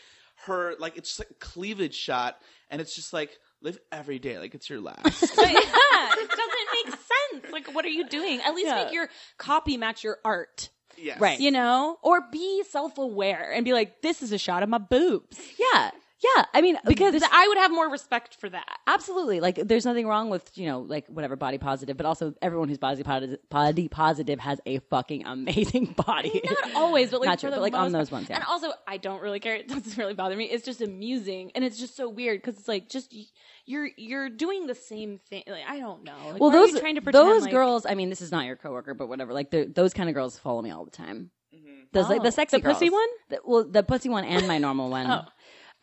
Speaker 3: her like it's just like a cleavage shot, and it's just like live every day like it's
Speaker 1: [laughs]
Speaker 3: your last.
Speaker 1: But [laughs] yeah, it doesn't make sense. Like, what are you doing? At least
Speaker 2: Yeah.
Speaker 1: make your copy match your art,
Speaker 3: yes.
Speaker 2: Right.
Speaker 1: you know? Or be self aware and be like, this is a shot of my boobs. [laughs]
Speaker 2: yeah, yeah. I mean,
Speaker 1: Because
Speaker 2: this-
Speaker 1: I would have more respect for that.
Speaker 2: absolutely like there's nothing wrong with you know like whatever body positive but also everyone who's body positive body positive has a fucking amazing [laughs] body
Speaker 1: Not [laughs] always, but like,
Speaker 2: Not
Speaker 1: for
Speaker 2: true,
Speaker 1: the
Speaker 2: but, like,
Speaker 1: most
Speaker 2: on those
Speaker 1: part.
Speaker 2: ones, yeah.
Speaker 1: And also, I don't really care. [laughs] It doesn't really bother me. It's just amusing, and it's just so weird because it's like just y- you're you're doing the same thing. Like I don't know. Like,
Speaker 2: well
Speaker 1: why are we
Speaker 2: those
Speaker 1: trying to pretend,
Speaker 2: those
Speaker 1: like-
Speaker 2: girls i mean this is not your coworker but whatever like they're- those kind of girls follow me all the time
Speaker 3: Mm-hmm.
Speaker 2: those like
Speaker 1: Oh.
Speaker 2: the sexy
Speaker 1: The pussy
Speaker 2: girls.
Speaker 1: one?
Speaker 2: The- well the pussy one and my
Speaker 1: [laughs]
Speaker 2: normal one
Speaker 1: Oh.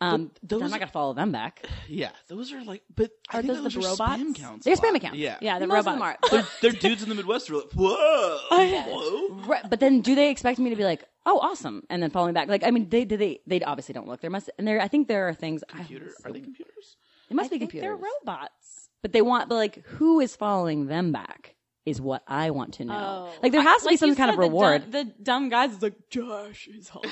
Speaker 2: um i'm
Speaker 3: those-
Speaker 2: not gonna follow them back
Speaker 3: Yeah, those are like, but I
Speaker 1: Are
Speaker 3: think
Speaker 1: those the
Speaker 3: are
Speaker 1: robots?
Speaker 3: Spam counts.
Speaker 2: they're
Speaker 3: a lot.
Speaker 2: spam accounts
Speaker 3: Yeah,
Speaker 1: Yeah, the
Speaker 2: most of them
Speaker 1: robots.
Speaker 2: are.
Speaker 3: They're, [laughs]
Speaker 1: [laughs]
Speaker 3: they're dudes in the Midwest who are like, whoa,
Speaker 2: [laughs]
Speaker 3: whoa.
Speaker 2: Right, but then do they expect me to be like, oh, awesome, and then following back? Like, I mean, they they they, they obviously don't look. There must and there. I think there are things. I don't
Speaker 3: Computer?
Speaker 2: know.
Speaker 3: Are they computers?
Speaker 2: It must
Speaker 1: I
Speaker 2: be
Speaker 1: think
Speaker 2: computers.
Speaker 1: they're robots.
Speaker 2: but they want, but like, who is following them back is what I want to know.
Speaker 1: Oh.
Speaker 2: Like, there has to be
Speaker 1: Like
Speaker 2: some
Speaker 1: you
Speaker 2: kind of
Speaker 1: said, the dumb-
Speaker 2: reward.
Speaker 1: The dumb, guys is like, Josh is [laughs] hot.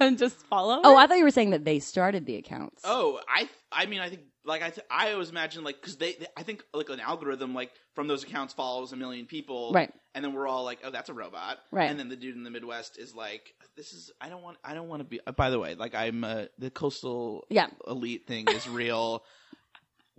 Speaker 1: and just follow.
Speaker 2: oh,
Speaker 1: her.
Speaker 2: I thought you were saying that they started the accounts.
Speaker 3: Oh, I, I mean, I think like I, th- I always imagine like because they, they, I think like an algorithm like from those accounts follows a million people,
Speaker 2: Right.
Speaker 3: And then we're all like, oh, that's a robot,
Speaker 2: Right.
Speaker 3: And then the dude in the Midwest is like, this is, I don't want, I don't want to be. uh, by the way, like I'm uh, the coastal
Speaker 2: Yeah.
Speaker 3: elite thing is real.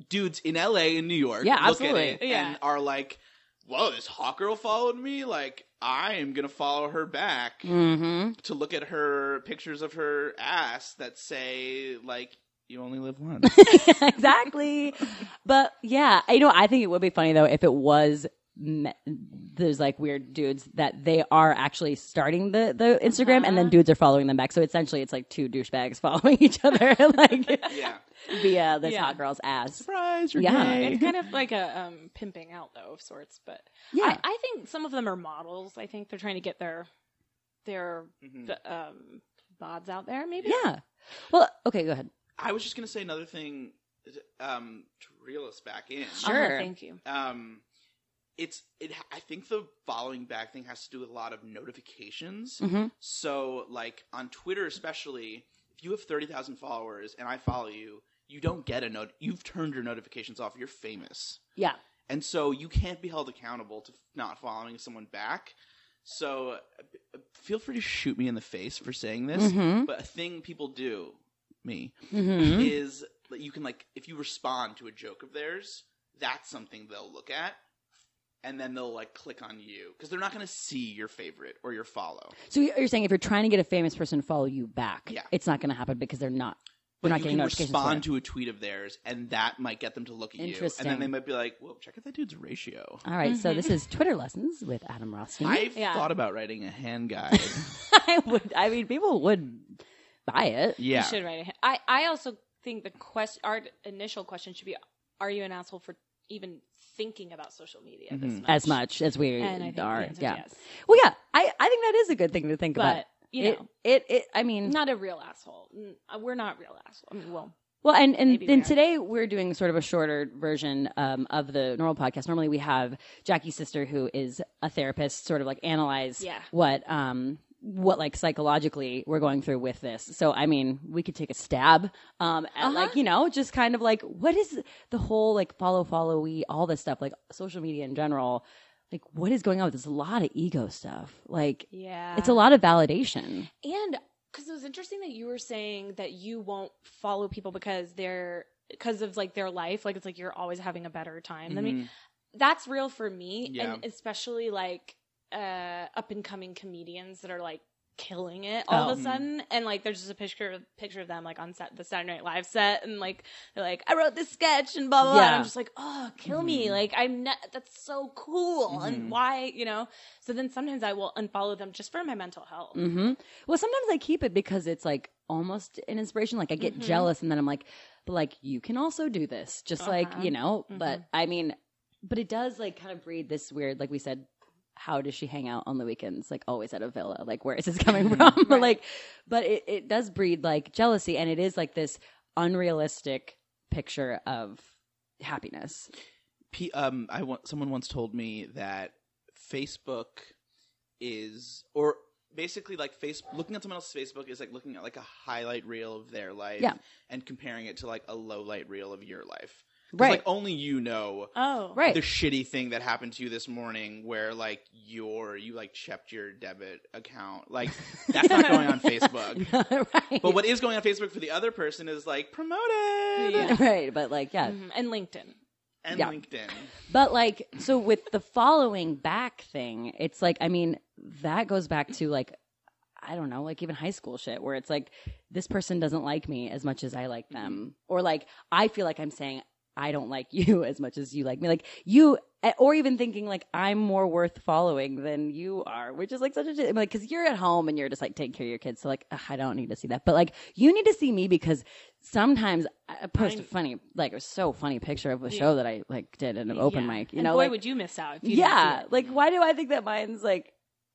Speaker 3: Dudes in LA and New York,
Speaker 2: Yeah,
Speaker 3: look
Speaker 2: absolutely.
Speaker 3: at it
Speaker 1: Yeah.
Speaker 3: and are like, whoa, this hot girl followed me. Like I am gonna follow her back
Speaker 2: Mm-hmm. [laughs]
Speaker 3: to look at her pictures of her ass that say like you only live once.
Speaker 2: exactly. but yeah, I- you know, I think it would be funny though if it was me- there's like weird dudes that they are actually starting the the Instagram and
Speaker 1: Uh-huh.
Speaker 2: then dudes are following them back. So essentially, it's like two douchebags [laughs] following each other, like
Speaker 3: yeah.
Speaker 2: via this
Speaker 1: Yeah.
Speaker 2: hot girl's ass.
Speaker 3: Surprise, you're
Speaker 2: Yeah.
Speaker 3: gay.
Speaker 1: It's kind of like a um, pimping out though of sorts, but
Speaker 2: Yeah.
Speaker 1: I, I think some of them are models. I think they're trying to get their their
Speaker 3: Mhm.
Speaker 1: the, um, bods out there. Maybe
Speaker 2: yeah. Well, okay, go ahead.
Speaker 3: I was just gonna say another thing um to reel us back in.
Speaker 1: Uh-huh,
Speaker 2: Sure.
Speaker 1: thank you.
Speaker 3: Um it's it I think the following back thing has to do with a lot of notifications.
Speaker 2: Mhm.
Speaker 3: So like on Twitter especially, if you have 30,000 followers and I follow you, you don't get a note. You've turned your notifications off. You're famous.
Speaker 2: Yeah.
Speaker 3: and so you can't be held accountable to not following someone back. So uh, feel free to shoot me in the face for saying this,
Speaker 2: Mhm.
Speaker 3: but a thing people do me
Speaker 2: Mm-hmm.
Speaker 3: is that you can like if you respond to a joke of theirs, that's something they'll look at. And then they'll like click on you because they're not going to see your favorite or your follow.
Speaker 2: So you- you're saying if you're trying to get a famous person to follow you back,
Speaker 3: Yeah.
Speaker 2: it's not going to happen because they're not. We're
Speaker 3: But
Speaker 2: not
Speaker 3: you
Speaker 2: getting
Speaker 3: can
Speaker 2: notifications.
Speaker 3: respond
Speaker 2: for
Speaker 3: to a tweet of theirs, and that might get them to look at you. And
Speaker 2: Interesting.
Speaker 3: then they might be like, "Whoa, check out that dude's ratio."
Speaker 2: it. All right, so
Speaker 3: Mhm.
Speaker 2: this is Twitter lessons with Adam Rothstein.
Speaker 3: I've
Speaker 1: Yeah.
Speaker 3: thought about writing a hand guide.
Speaker 2: [laughs] I would. I mean, people would buy it.
Speaker 3: yeah,
Speaker 1: You should write it. I I also think the question our initial question should be: Are you an asshole for even thinking about social media this Mm-hmm. much?
Speaker 2: as much as we
Speaker 1: And I think the
Speaker 2: are.
Speaker 1: answer is
Speaker 2: Yeah.
Speaker 1: yes.
Speaker 2: Well, yeah. I, I think that is a good thing to think about.
Speaker 1: but you know.
Speaker 2: it, it, it. I mean,
Speaker 1: not a real asshole. Mm, uh, We're not real asshole. I mean, well,
Speaker 2: Well, and and
Speaker 1: Maybe we
Speaker 2: then
Speaker 1: are.
Speaker 2: today we're doing sort of a shorter version um, of the normal podcast. Normally we have Jackie's sister, who is a therapist, sort of like analyze
Speaker 1: Yeah.
Speaker 2: what um what like psychologically we're going through with this. So I mean, we could take a stab um at
Speaker 1: Uh-huh.
Speaker 2: like you know just kind of like what is the whole like follow follow we all this stuff like social media in general. Like what is going on with this? A lot of ego stuff. Like
Speaker 1: Yeah.
Speaker 2: it's a lot of validation.
Speaker 1: And because it was interesting that you were saying that you won't follow people because they're because of like their life, like it's like you're always having a better time than me.
Speaker 3: Mhm.
Speaker 1: That's real for me,
Speaker 3: Yeah.
Speaker 1: and especially like uh up and coming comedians that are like killing it all of
Speaker 3: Oh.
Speaker 1: a sudden and like there's just a picture picture of them like on set the Saturday Night Live set and like they're like I wrote this sketch and blah blah blah and
Speaker 2: Yeah. Mm-hmm.
Speaker 1: I'm just like oh kill me like I'm not that's so cool
Speaker 3: Mhm.
Speaker 1: and why you know so then sometimes I will unfollow them just for my mental health
Speaker 2: hmm Well, sometimes I keep it because it's like almost an inspiration. Like I get
Speaker 1: Mhm.
Speaker 2: jealous, and then I'm like, but like you can also do this, just like
Speaker 1: Uh-huh.
Speaker 2: you know. But I mean, but it does like kind of breed this weird, like we said. How does she hang out on the weekends? Like always at a villa. Like where is this coming from? [laughs] but
Speaker 1: Mm-hmm. Right.
Speaker 2: like, but it, it does breed like jealousy, and it is like this unrealistic picture of happiness.
Speaker 3: P- um, I want someone once told me that Facebook is or basically like face looking at someone else's Facebook is like looking at like a highlight reel of their life
Speaker 2: Yeah.
Speaker 3: and comparing it to like a low light reel of your life. 'Cause,
Speaker 2: Right.
Speaker 3: Like only you know
Speaker 1: oh
Speaker 2: Right.
Speaker 3: the shitty thing that happened to you this morning where like your you like checked your debit account. Like that's not
Speaker 2: [laughs]
Speaker 3: going on Facebook.
Speaker 2: [laughs] right.
Speaker 3: But what is going on Facebook for the other person is like promoted
Speaker 1: Yeah.
Speaker 2: [laughs] right. But like, yeah.
Speaker 1: Mhm. and LinkedIn.
Speaker 3: and
Speaker 2: Yeah.
Speaker 3: LinkedIn.
Speaker 2: But like, so with the following back thing, it's like, I mean, that goes back to like, I don't know, like even high school shit where it's like, this person doesn't like me as much as I like them. Or like, I feel like I'm saying, I don't like [laughs] you as much as you like me. Like, you, or even thinking like, I'm more worth following than you are, which is like such a, I'm like, cause you're at home and you're just like taking care of your kids. So like, ugh, I don't need to see that. But like, you need to see me because sometimes I post a
Speaker 1: I'm-
Speaker 2: funny, like, a so funny picture of a show that I like did in an open
Speaker 1: Yeah.
Speaker 2: mic. You
Speaker 1: And
Speaker 2: know,
Speaker 1: boy,
Speaker 2: like,
Speaker 1: would you miss out? If you didn't
Speaker 2: yeah,
Speaker 1: do it.
Speaker 2: like why do I think that mine's like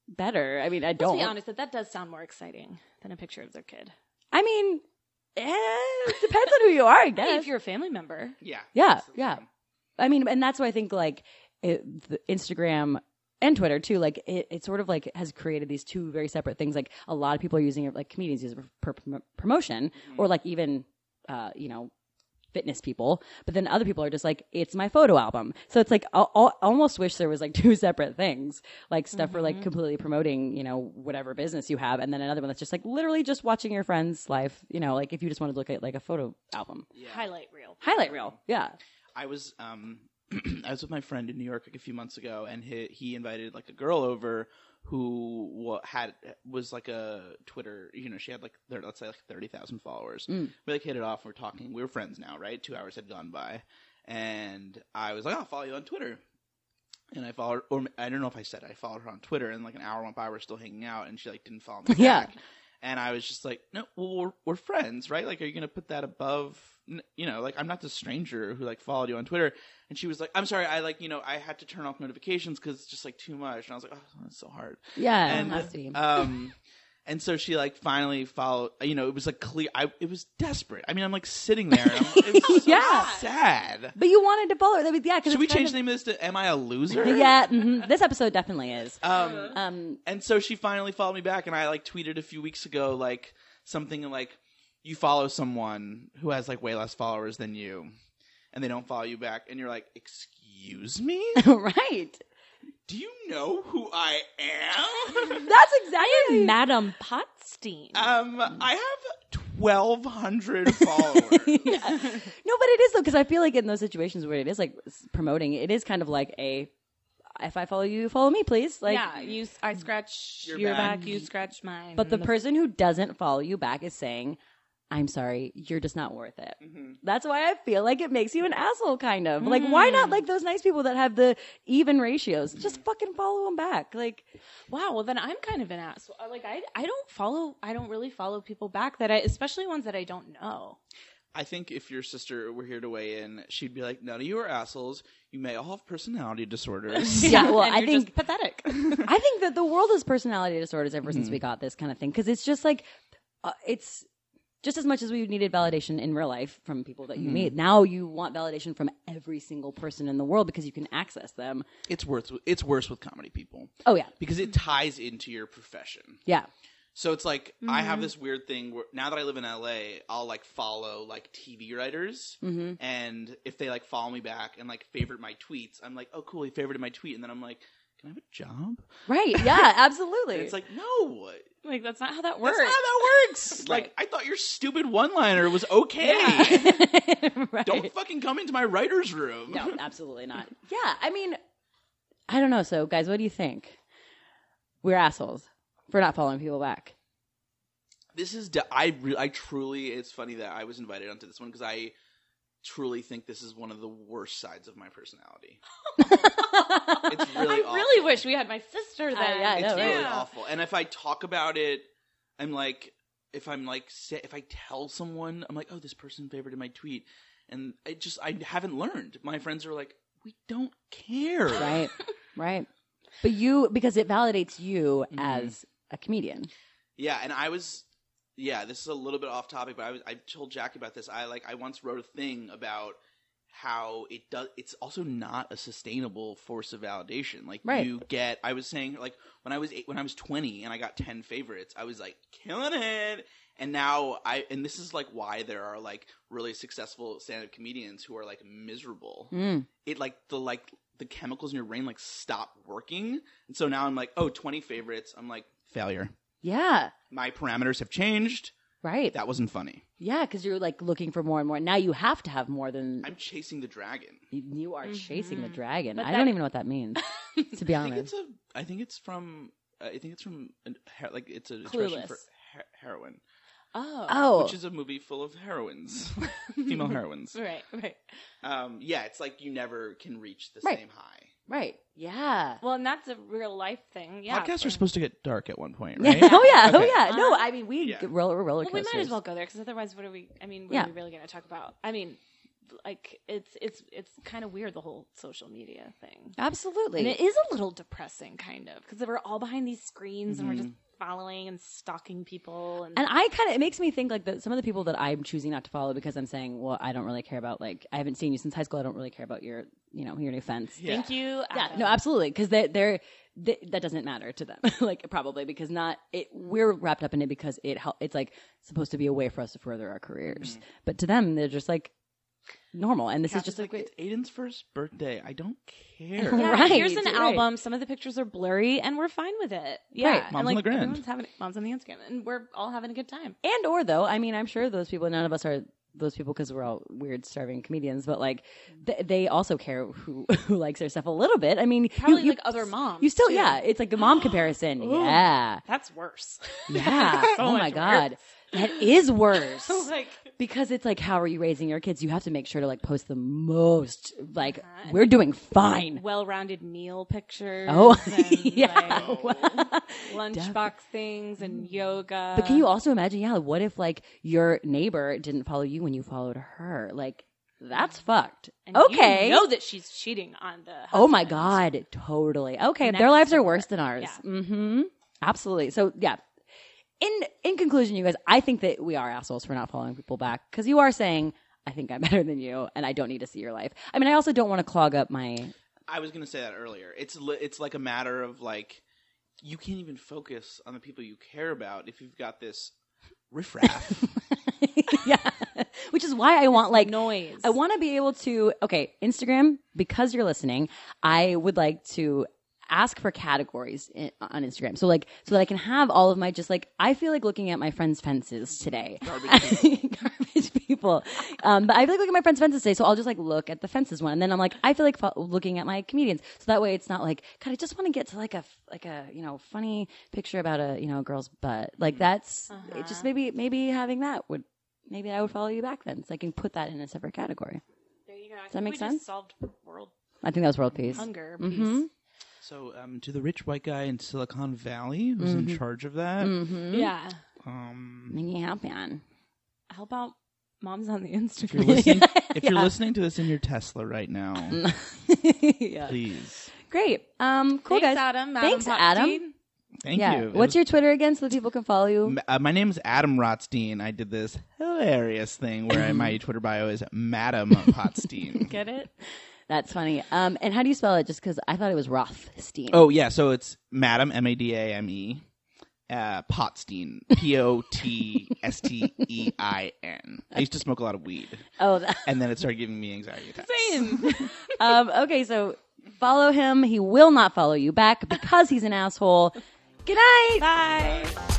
Speaker 2: better? I mean, I
Speaker 1: Let's
Speaker 2: don't.
Speaker 1: be honest. That that does sound more exciting than a picture of their kid.
Speaker 2: I mean, eh, depends on who you are, I
Speaker 1: I mean, [laughs]
Speaker 2: guess.
Speaker 1: if you're a family member,
Speaker 3: Yeah.
Speaker 2: Yeah,
Speaker 3: That's the
Speaker 2: yeah.
Speaker 3: thing.
Speaker 2: I mean, and that's why I think like it, the Instagram and Twitter too. Like it, it sort of like has created these two very separate things. Like a lot of people are using it, like comedians use it for prom- promotion, or like even uh, you know fitness people. But then other people are just like, it's my photo album. So it's like I almost wish there was like [laughs] two separate things, like stuff for like completely promoting you know whatever business you have, and then another one that's just like literally just watching your friend's life. You know, like if you just want to look at like a photo album
Speaker 3: Yeah.
Speaker 1: highlight reel.
Speaker 2: highlight reel, yeah.
Speaker 3: I was um [clears throat] I was with my friend in New York like a few months ago, and he he invited like a girl over who wa- had was like a Twitter, you know, she had like thir let's say like thirty thousand followers.
Speaker 2: Mm.
Speaker 3: We like hit it off. We're talking. We were friends now, right? Two hours had gone by, and I was like, I'll follow you on Twitter. And I followed, or I don't know if I said I followed her on Twitter, and like an hour went by, we're still hanging out, and she like didn't follow me.
Speaker 2: [laughs] Yeah.
Speaker 3: back. And I was just like, no, well, we're, we're friends, right? Like, are you gonna put that above? n- You know, like I'm not the stranger who like followed you on Twitter. And she was like, I'm sorry, I like, you know, I had to turn off notifications because it's just like too much. And I was like, oh, that's so hard.
Speaker 2: Yeah,
Speaker 3: and
Speaker 2: it must be.
Speaker 3: um, and so she like finally followed. You know, it was like clear. I it was desperate. I mean, I'm like sitting there. And I'm, it
Speaker 2: [laughs]
Speaker 3: was so
Speaker 2: Yeah.
Speaker 3: sad.
Speaker 2: but you wanted to follow. That was, yeah, because
Speaker 3: Should we change the name of this to "Am I a Loser"?
Speaker 2: [laughs] Yeah, mhm. this episode definitely is.
Speaker 3: Um,
Speaker 2: Um, [laughs]
Speaker 3: and so she finally followed me back, and I like tweeted a few weeks ago like something like, "You follow someone who has like way less followers than you, and they don't follow you back," and you're like, "Excuse me?
Speaker 2: right.
Speaker 3: Do you know who I am?" [laughs]
Speaker 2: That's exactly.
Speaker 1: Madam Potstein.
Speaker 3: Um, I have twelve hundred followers.
Speaker 2: No, but it is though because I feel like in those situations where it is like s- promoting, it is kind of like a if I follow you, follow me, please. Like,
Speaker 1: yeah, you. s- I scratch
Speaker 3: Your
Speaker 1: your,
Speaker 3: back.
Speaker 1: back. you scratch mine.
Speaker 2: but the person who doesn't follow you back is saying, "I'm sorry, you're just not worth it." That's why I feel like it makes you an asshole, kind of. Like, why
Speaker 3: Mm.
Speaker 2: not like those nice people that have the even ratios? Just fucking follow them back. Like,
Speaker 1: wow. Well, then I'm kind of an ass. Like I, I don't follow. I don't really follow people back that I, especially ones that I don't [laughs] know.
Speaker 3: I think if your sister were here to weigh in, she'd be like, "None of you are assholes. You may all have personality
Speaker 1: [laughs]
Speaker 3: disorders."
Speaker 2: yeah. Well,
Speaker 1: And
Speaker 2: I
Speaker 1: you're
Speaker 2: think
Speaker 1: just pathetic.
Speaker 2: I think
Speaker 3: Mm-hmm.
Speaker 2: that the world has personality disorders ever since we got this kind of thing because it's just like uh, it's just as much as we needed validation in real life from people
Speaker 3: Mm-hmm.
Speaker 2: that you meet. Now you want validation from every single person in the world because you can access them.
Speaker 3: It's worse. It's worse with comedy people
Speaker 2: Oh yeah,
Speaker 3: because it ties into your profession.
Speaker 2: yeah,
Speaker 3: So it's like I
Speaker 2: Mm-hmm.
Speaker 3: have this weird thing where now that I live in LA, I'll like follow like TV writers,
Speaker 2: mm-hmm.
Speaker 3: and if they like follow me back and like favorite my tweets, I'm like, oh cool, he favorited my tweet, and then I'm like, can I have a job? [laughs]
Speaker 2: right, yeah, absolutely.
Speaker 3: And it's like, no,
Speaker 1: [laughs] Like that's not how that
Speaker 3: that's
Speaker 1: works.
Speaker 3: not how that works.
Speaker 2: Right.
Speaker 3: Like I thought your stupid one liner was okay.
Speaker 2: [laughs] right.
Speaker 3: [laughs] Don't fucking come into my writer's room.
Speaker 2: No, absolutely not. Yeah, I mean, I don't know. So, guys, what do you think? We're assholes for not following people back.
Speaker 3: [laughs] this is de- I re- I truly it's funny that I was invited onto this one because I truly think this is one of the worst sides of my personality. [laughs] It's
Speaker 1: [laughs]
Speaker 3: really
Speaker 1: I
Speaker 3: awful.
Speaker 1: really wish we had my sister
Speaker 2: Uh,
Speaker 1: then.
Speaker 2: yeah, I
Speaker 3: it's
Speaker 2: know,
Speaker 3: really
Speaker 2: right?
Speaker 3: awful. And if I talk about it, I'm like if I'm like say, if I tell someone I'm like oh this person favorited my tweet and I just I haven't learned. My friends are like we don't care.
Speaker 2: right, right. But you, because it validates you as a comedian.
Speaker 3: Yeah, and I was yeah, this is a little bit off topic, but I was I told Jackie about this. I like I once wrote a thing about how it does it's also not a sustainable force of validation. Like
Speaker 2: Right.
Speaker 3: you get I was saying like when I was eight, when I was 20 and I got 10 favorites, I was like killing it. And now I and this is like why there are like really successful stand-up comedians who are like miserable
Speaker 2: Mm.
Speaker 3: it like the like the chemicals in your brain like stop working and so now i'm like oh 20 favorites i'm like failure
Speaker 2: Yeah,
Speaker 3: my parameters have changed
Speaker 2: right.
Speaker 3: that wasn't funny
Speaker 2: yeah, because you're like looking for more and more. Now you have to have more than
Speaker 3: i'm chasing the dragon
Speaker 2: you are chasing the
Speaker 1: Mhm.
Speaker 2: dragon.
Speaker 1: But
Speaker 2: I
Speaker 1: that-
Speaker 2: don't even know what that means, to be
Speaker 3: i think
Speaker 2: honest.
Speaker 3: it's a i think it's from uh, i think it's from an, her, like it's an expression for
Speaker 1: Clueless.
Speaker 3: her- heroin
Speaker 1: Oh.
Speaker 2: Oh,
Speaker 3: which is a movie full of heroines [laughs] female heroines
Speaker 1: Right. Right.
Speaker 3: um yeah it's like you never can reach the
Speaker 2: Right.
Speaker 3: same high
Speaker 2: right. Yeah.
Speaker 1: Well, and that's a real life thing. Yeah.
Speaker 3: podcasts
Speaker 1: for-
Speaker 3: are supposed to get dark at one
Speaker 2: [laughs]
Speaker 3: point
Speaker 2: Yeah.
Speaker 3: right
Speaker 2: Oh yeah.
Speaker 3: Okay.
Speaker 2: Oh yeah. No,
Speaker 1: Uh-huh.
Speaker 2: I mean we
Speaker 3: Yeah.
Speaker 2: g- roller roller
Speaker 1: Well, we
Speaker 2: coasters.
Speaker 1: might as well go there because otherwise, what are we? I mean, what
Speaker 2: Yeah.
Speaker 1: are we really going to talk about? I mean, like it's it's it's kind of weird the whole social media thing,
Speaker 2: Absolutely.
Speaker 1: and it is a little depressing, kind of, because we're all behind these screens and we're just following and stalking people and,
Speaker 2: Mm-hmm. And I kind of it makes me think like that some of the people that I'm choosing not to follow because I'm saying, well, I don't really care about like I haven't seen you since high school. I don't really care about your you know your new fence.
Speaker 3: Yeah.
Speaker 1: thank you.
Speaker 2: Yeah,
Speaker 1: Adam.
Speaker 2: no, absolutely, because they, they're they, that doesn't matter to them, [laughs] like probably because not it. We're wrapped up in it because it help. It's like supposed to be a way for us to further our careers,
Speaker 1: Mm-hmm.
Speaker 2: but to them they're just like normal, and this
Speaker 3: Cass
Speaker 2: is just
Speaker 3: like
Speaker 2: like,
Speaker 3: it's Aiden's first birthday. I don't
Speaker 1: Yeah,
Speaker 2: [laughs]
Speaker 3: care.
Speaker 2: Right,
Speaker 1: Here's an
Speaker 2: right.
Speaker 1: album. Some of the pictures are blurry, and we're fine with it. Yeah,
Speaker 2: Right.
Speaker 1: and,
Speaker 3: Moms on
Speaker 1: like,
Speaker 3: the Grand.
Speaker 1: Everyone's having moms on the Instagram, and we're all having a good time.
Speaker 2: and or though I mean I'm sure those people none of us are those people because we're all weird starving comedians, but like
Speaker 1: Mm-hmm.
Speaker 2: th- they also care who [laughs] who likes their stuff a little bit. I mean, you-
Speaker 1: Probably
Speaker 2: you,
Speaker 1: like other moms.
Speaker 2: You still,
Speaker 1: too.
Speaker 2: yeah, it's like
Speaker 1: [gasps]
Speaker 2: the mom comparison.
Speaker 1: Ooh.
Speaker 2: Yeah.
Speaker 1: That's worse. [laughs]
Speaker 2: Yeah.
Speaker 1: So
Speaker 2: oh my
Speaker 1: much
Speaker 2: God. That
Speaker 1: [laughs]
Speaker 2: is worse.
Speaker 1: worse. like
Speaker 2: because it's like, how are you raising your kids? You have to make sure to like post the most, like,
Speaker 1: Uh-huh.
Speaker 2: we're doing fine.
Speaker 1: [laughs] well-rounded meal pictures.
Speaker 2: Oh,
Speaker 1: and,
Speaker 2: [laughs] yeah. Mm.
Speaker 1: Like, Oh. lunchbox things and yoga.
Speaker 2: But can you also imagine, yeah, what if like your neighbor didn't follow you when you followed her? Like, that's fucked.
Speaker 1: And
Speaker 2: Okay.
Speaker 1: You know that she's cheating on the. Husband.
Speaker 2: Oh my God, totally. Okay, their
Speaker 1: Next
Speaker 2: lives are
Speaker 1: door.
Speaker 2: worse than ours.
Speaker 1: Yeah.
Speaker 2: Mm-hmm. Absolutely. So yeah. In in conclusion, you guys, I think that we are assholes for not following people back because you are saying, "I think I'm [laughs] better than you, and I don't need to see your life." I mean, I also don't want to clog up my.
Speaker 3: I was gonna say that earlier. It's li- it's like a matter of like you can't even focus on the people you care about if you've got this
Speaker 2: [laughs]
Speaker 3: riffraff.
Speaker 2: yeah, which is why I want like
Speaker 1: noise.
Speaker 2: I want to be able to, okay, Instagram, because you're listening, I would like to ask for categories in, on Instagram. So, like, so that I can have all of my just like, I feel like looking at my friends' fences today. [laughs]
Speaker 3: Garbage
Speaker 2: Garbage people. Um, but I feel like looking at my friends' fences today. So I'll just like look at the fences one. And then I'm like, I feel like fo- looking at my comedians. So that way it's not like, God, I just want to get to like a, f- like a, you know, funny picture about a, you know, girl's butt. Like that's
Speaker 1: Uh-huh.
Speaker 2: it just maybe, maybe having that would. Maybe I would follow you back then, so I can put that in a separate category.
Speaker 1: There you go. I think
Speaker 2: that make
Speaker 1: we
Speaker 2: sense?
Speaker 1: Just solved world
Speaker 2: I think that was world peace.
Speaker 1: hunger.
Speaker 2: Mm-hmm.
Speaker 1: Piece.
Speaker 3: so um, to the rich white guy in Silicon Valley who's in charge of that.
Speaker 2: Mm-hmm.
Speaker 1: Yeah.
Speaker 3: Um,
Speaker 2: Make me happy
Speaker 1: [laughs]
Speaker 2: on.
Speaker 1: How about moms on the
Speaker 3: if you're
Speaker 1: Instagram?
Speaker 3: listening, if you're listening to this in your Tesla right now,
Speaker 2: [laughs] yeah.
Speaker 3: please.
Speaker 2: Great. Um, cool
Speaker 1: Thanks,
Speaker 2: guys.
Speaker 1: Adam.
Speaker 2: Thanks,
Speaker 1: Pop
Speaker 2: Adam.
Speaker 1: Teen.
Speaker 3: Thank
Speaker 2: yeah.
Speaker 3: you. It
Speaker 2: What's
Speaker 3: was-
Speaker 2: your Twitter again so that people can follow you?
Speaker 3: M- Uh, my name is Adam Rotstein. I did this hilarious thing where
Speaker 2: [laughs]
Speaker 3: I, my Twitter bio is Madam Potstein.
Speaker 1: Get it?
Speaker 2: That's funny. Um, and how do you spell it? Just because I thought it was Rothstein.
Speaker 3: Oh yeah, so it's Madam M A D A M E, uh, Potstein P O T S T E I N. I used to smoke a lot of weed,
Speaker 2: Oh, that-
Speaker 3: and then it started giving me anxiety attacks.
Speaker 1: Same.
Speaker 2: [laughs] um, okay. So follow him. He will not follow you back because he's an asshole. Good night.
Speaker 1: Bye.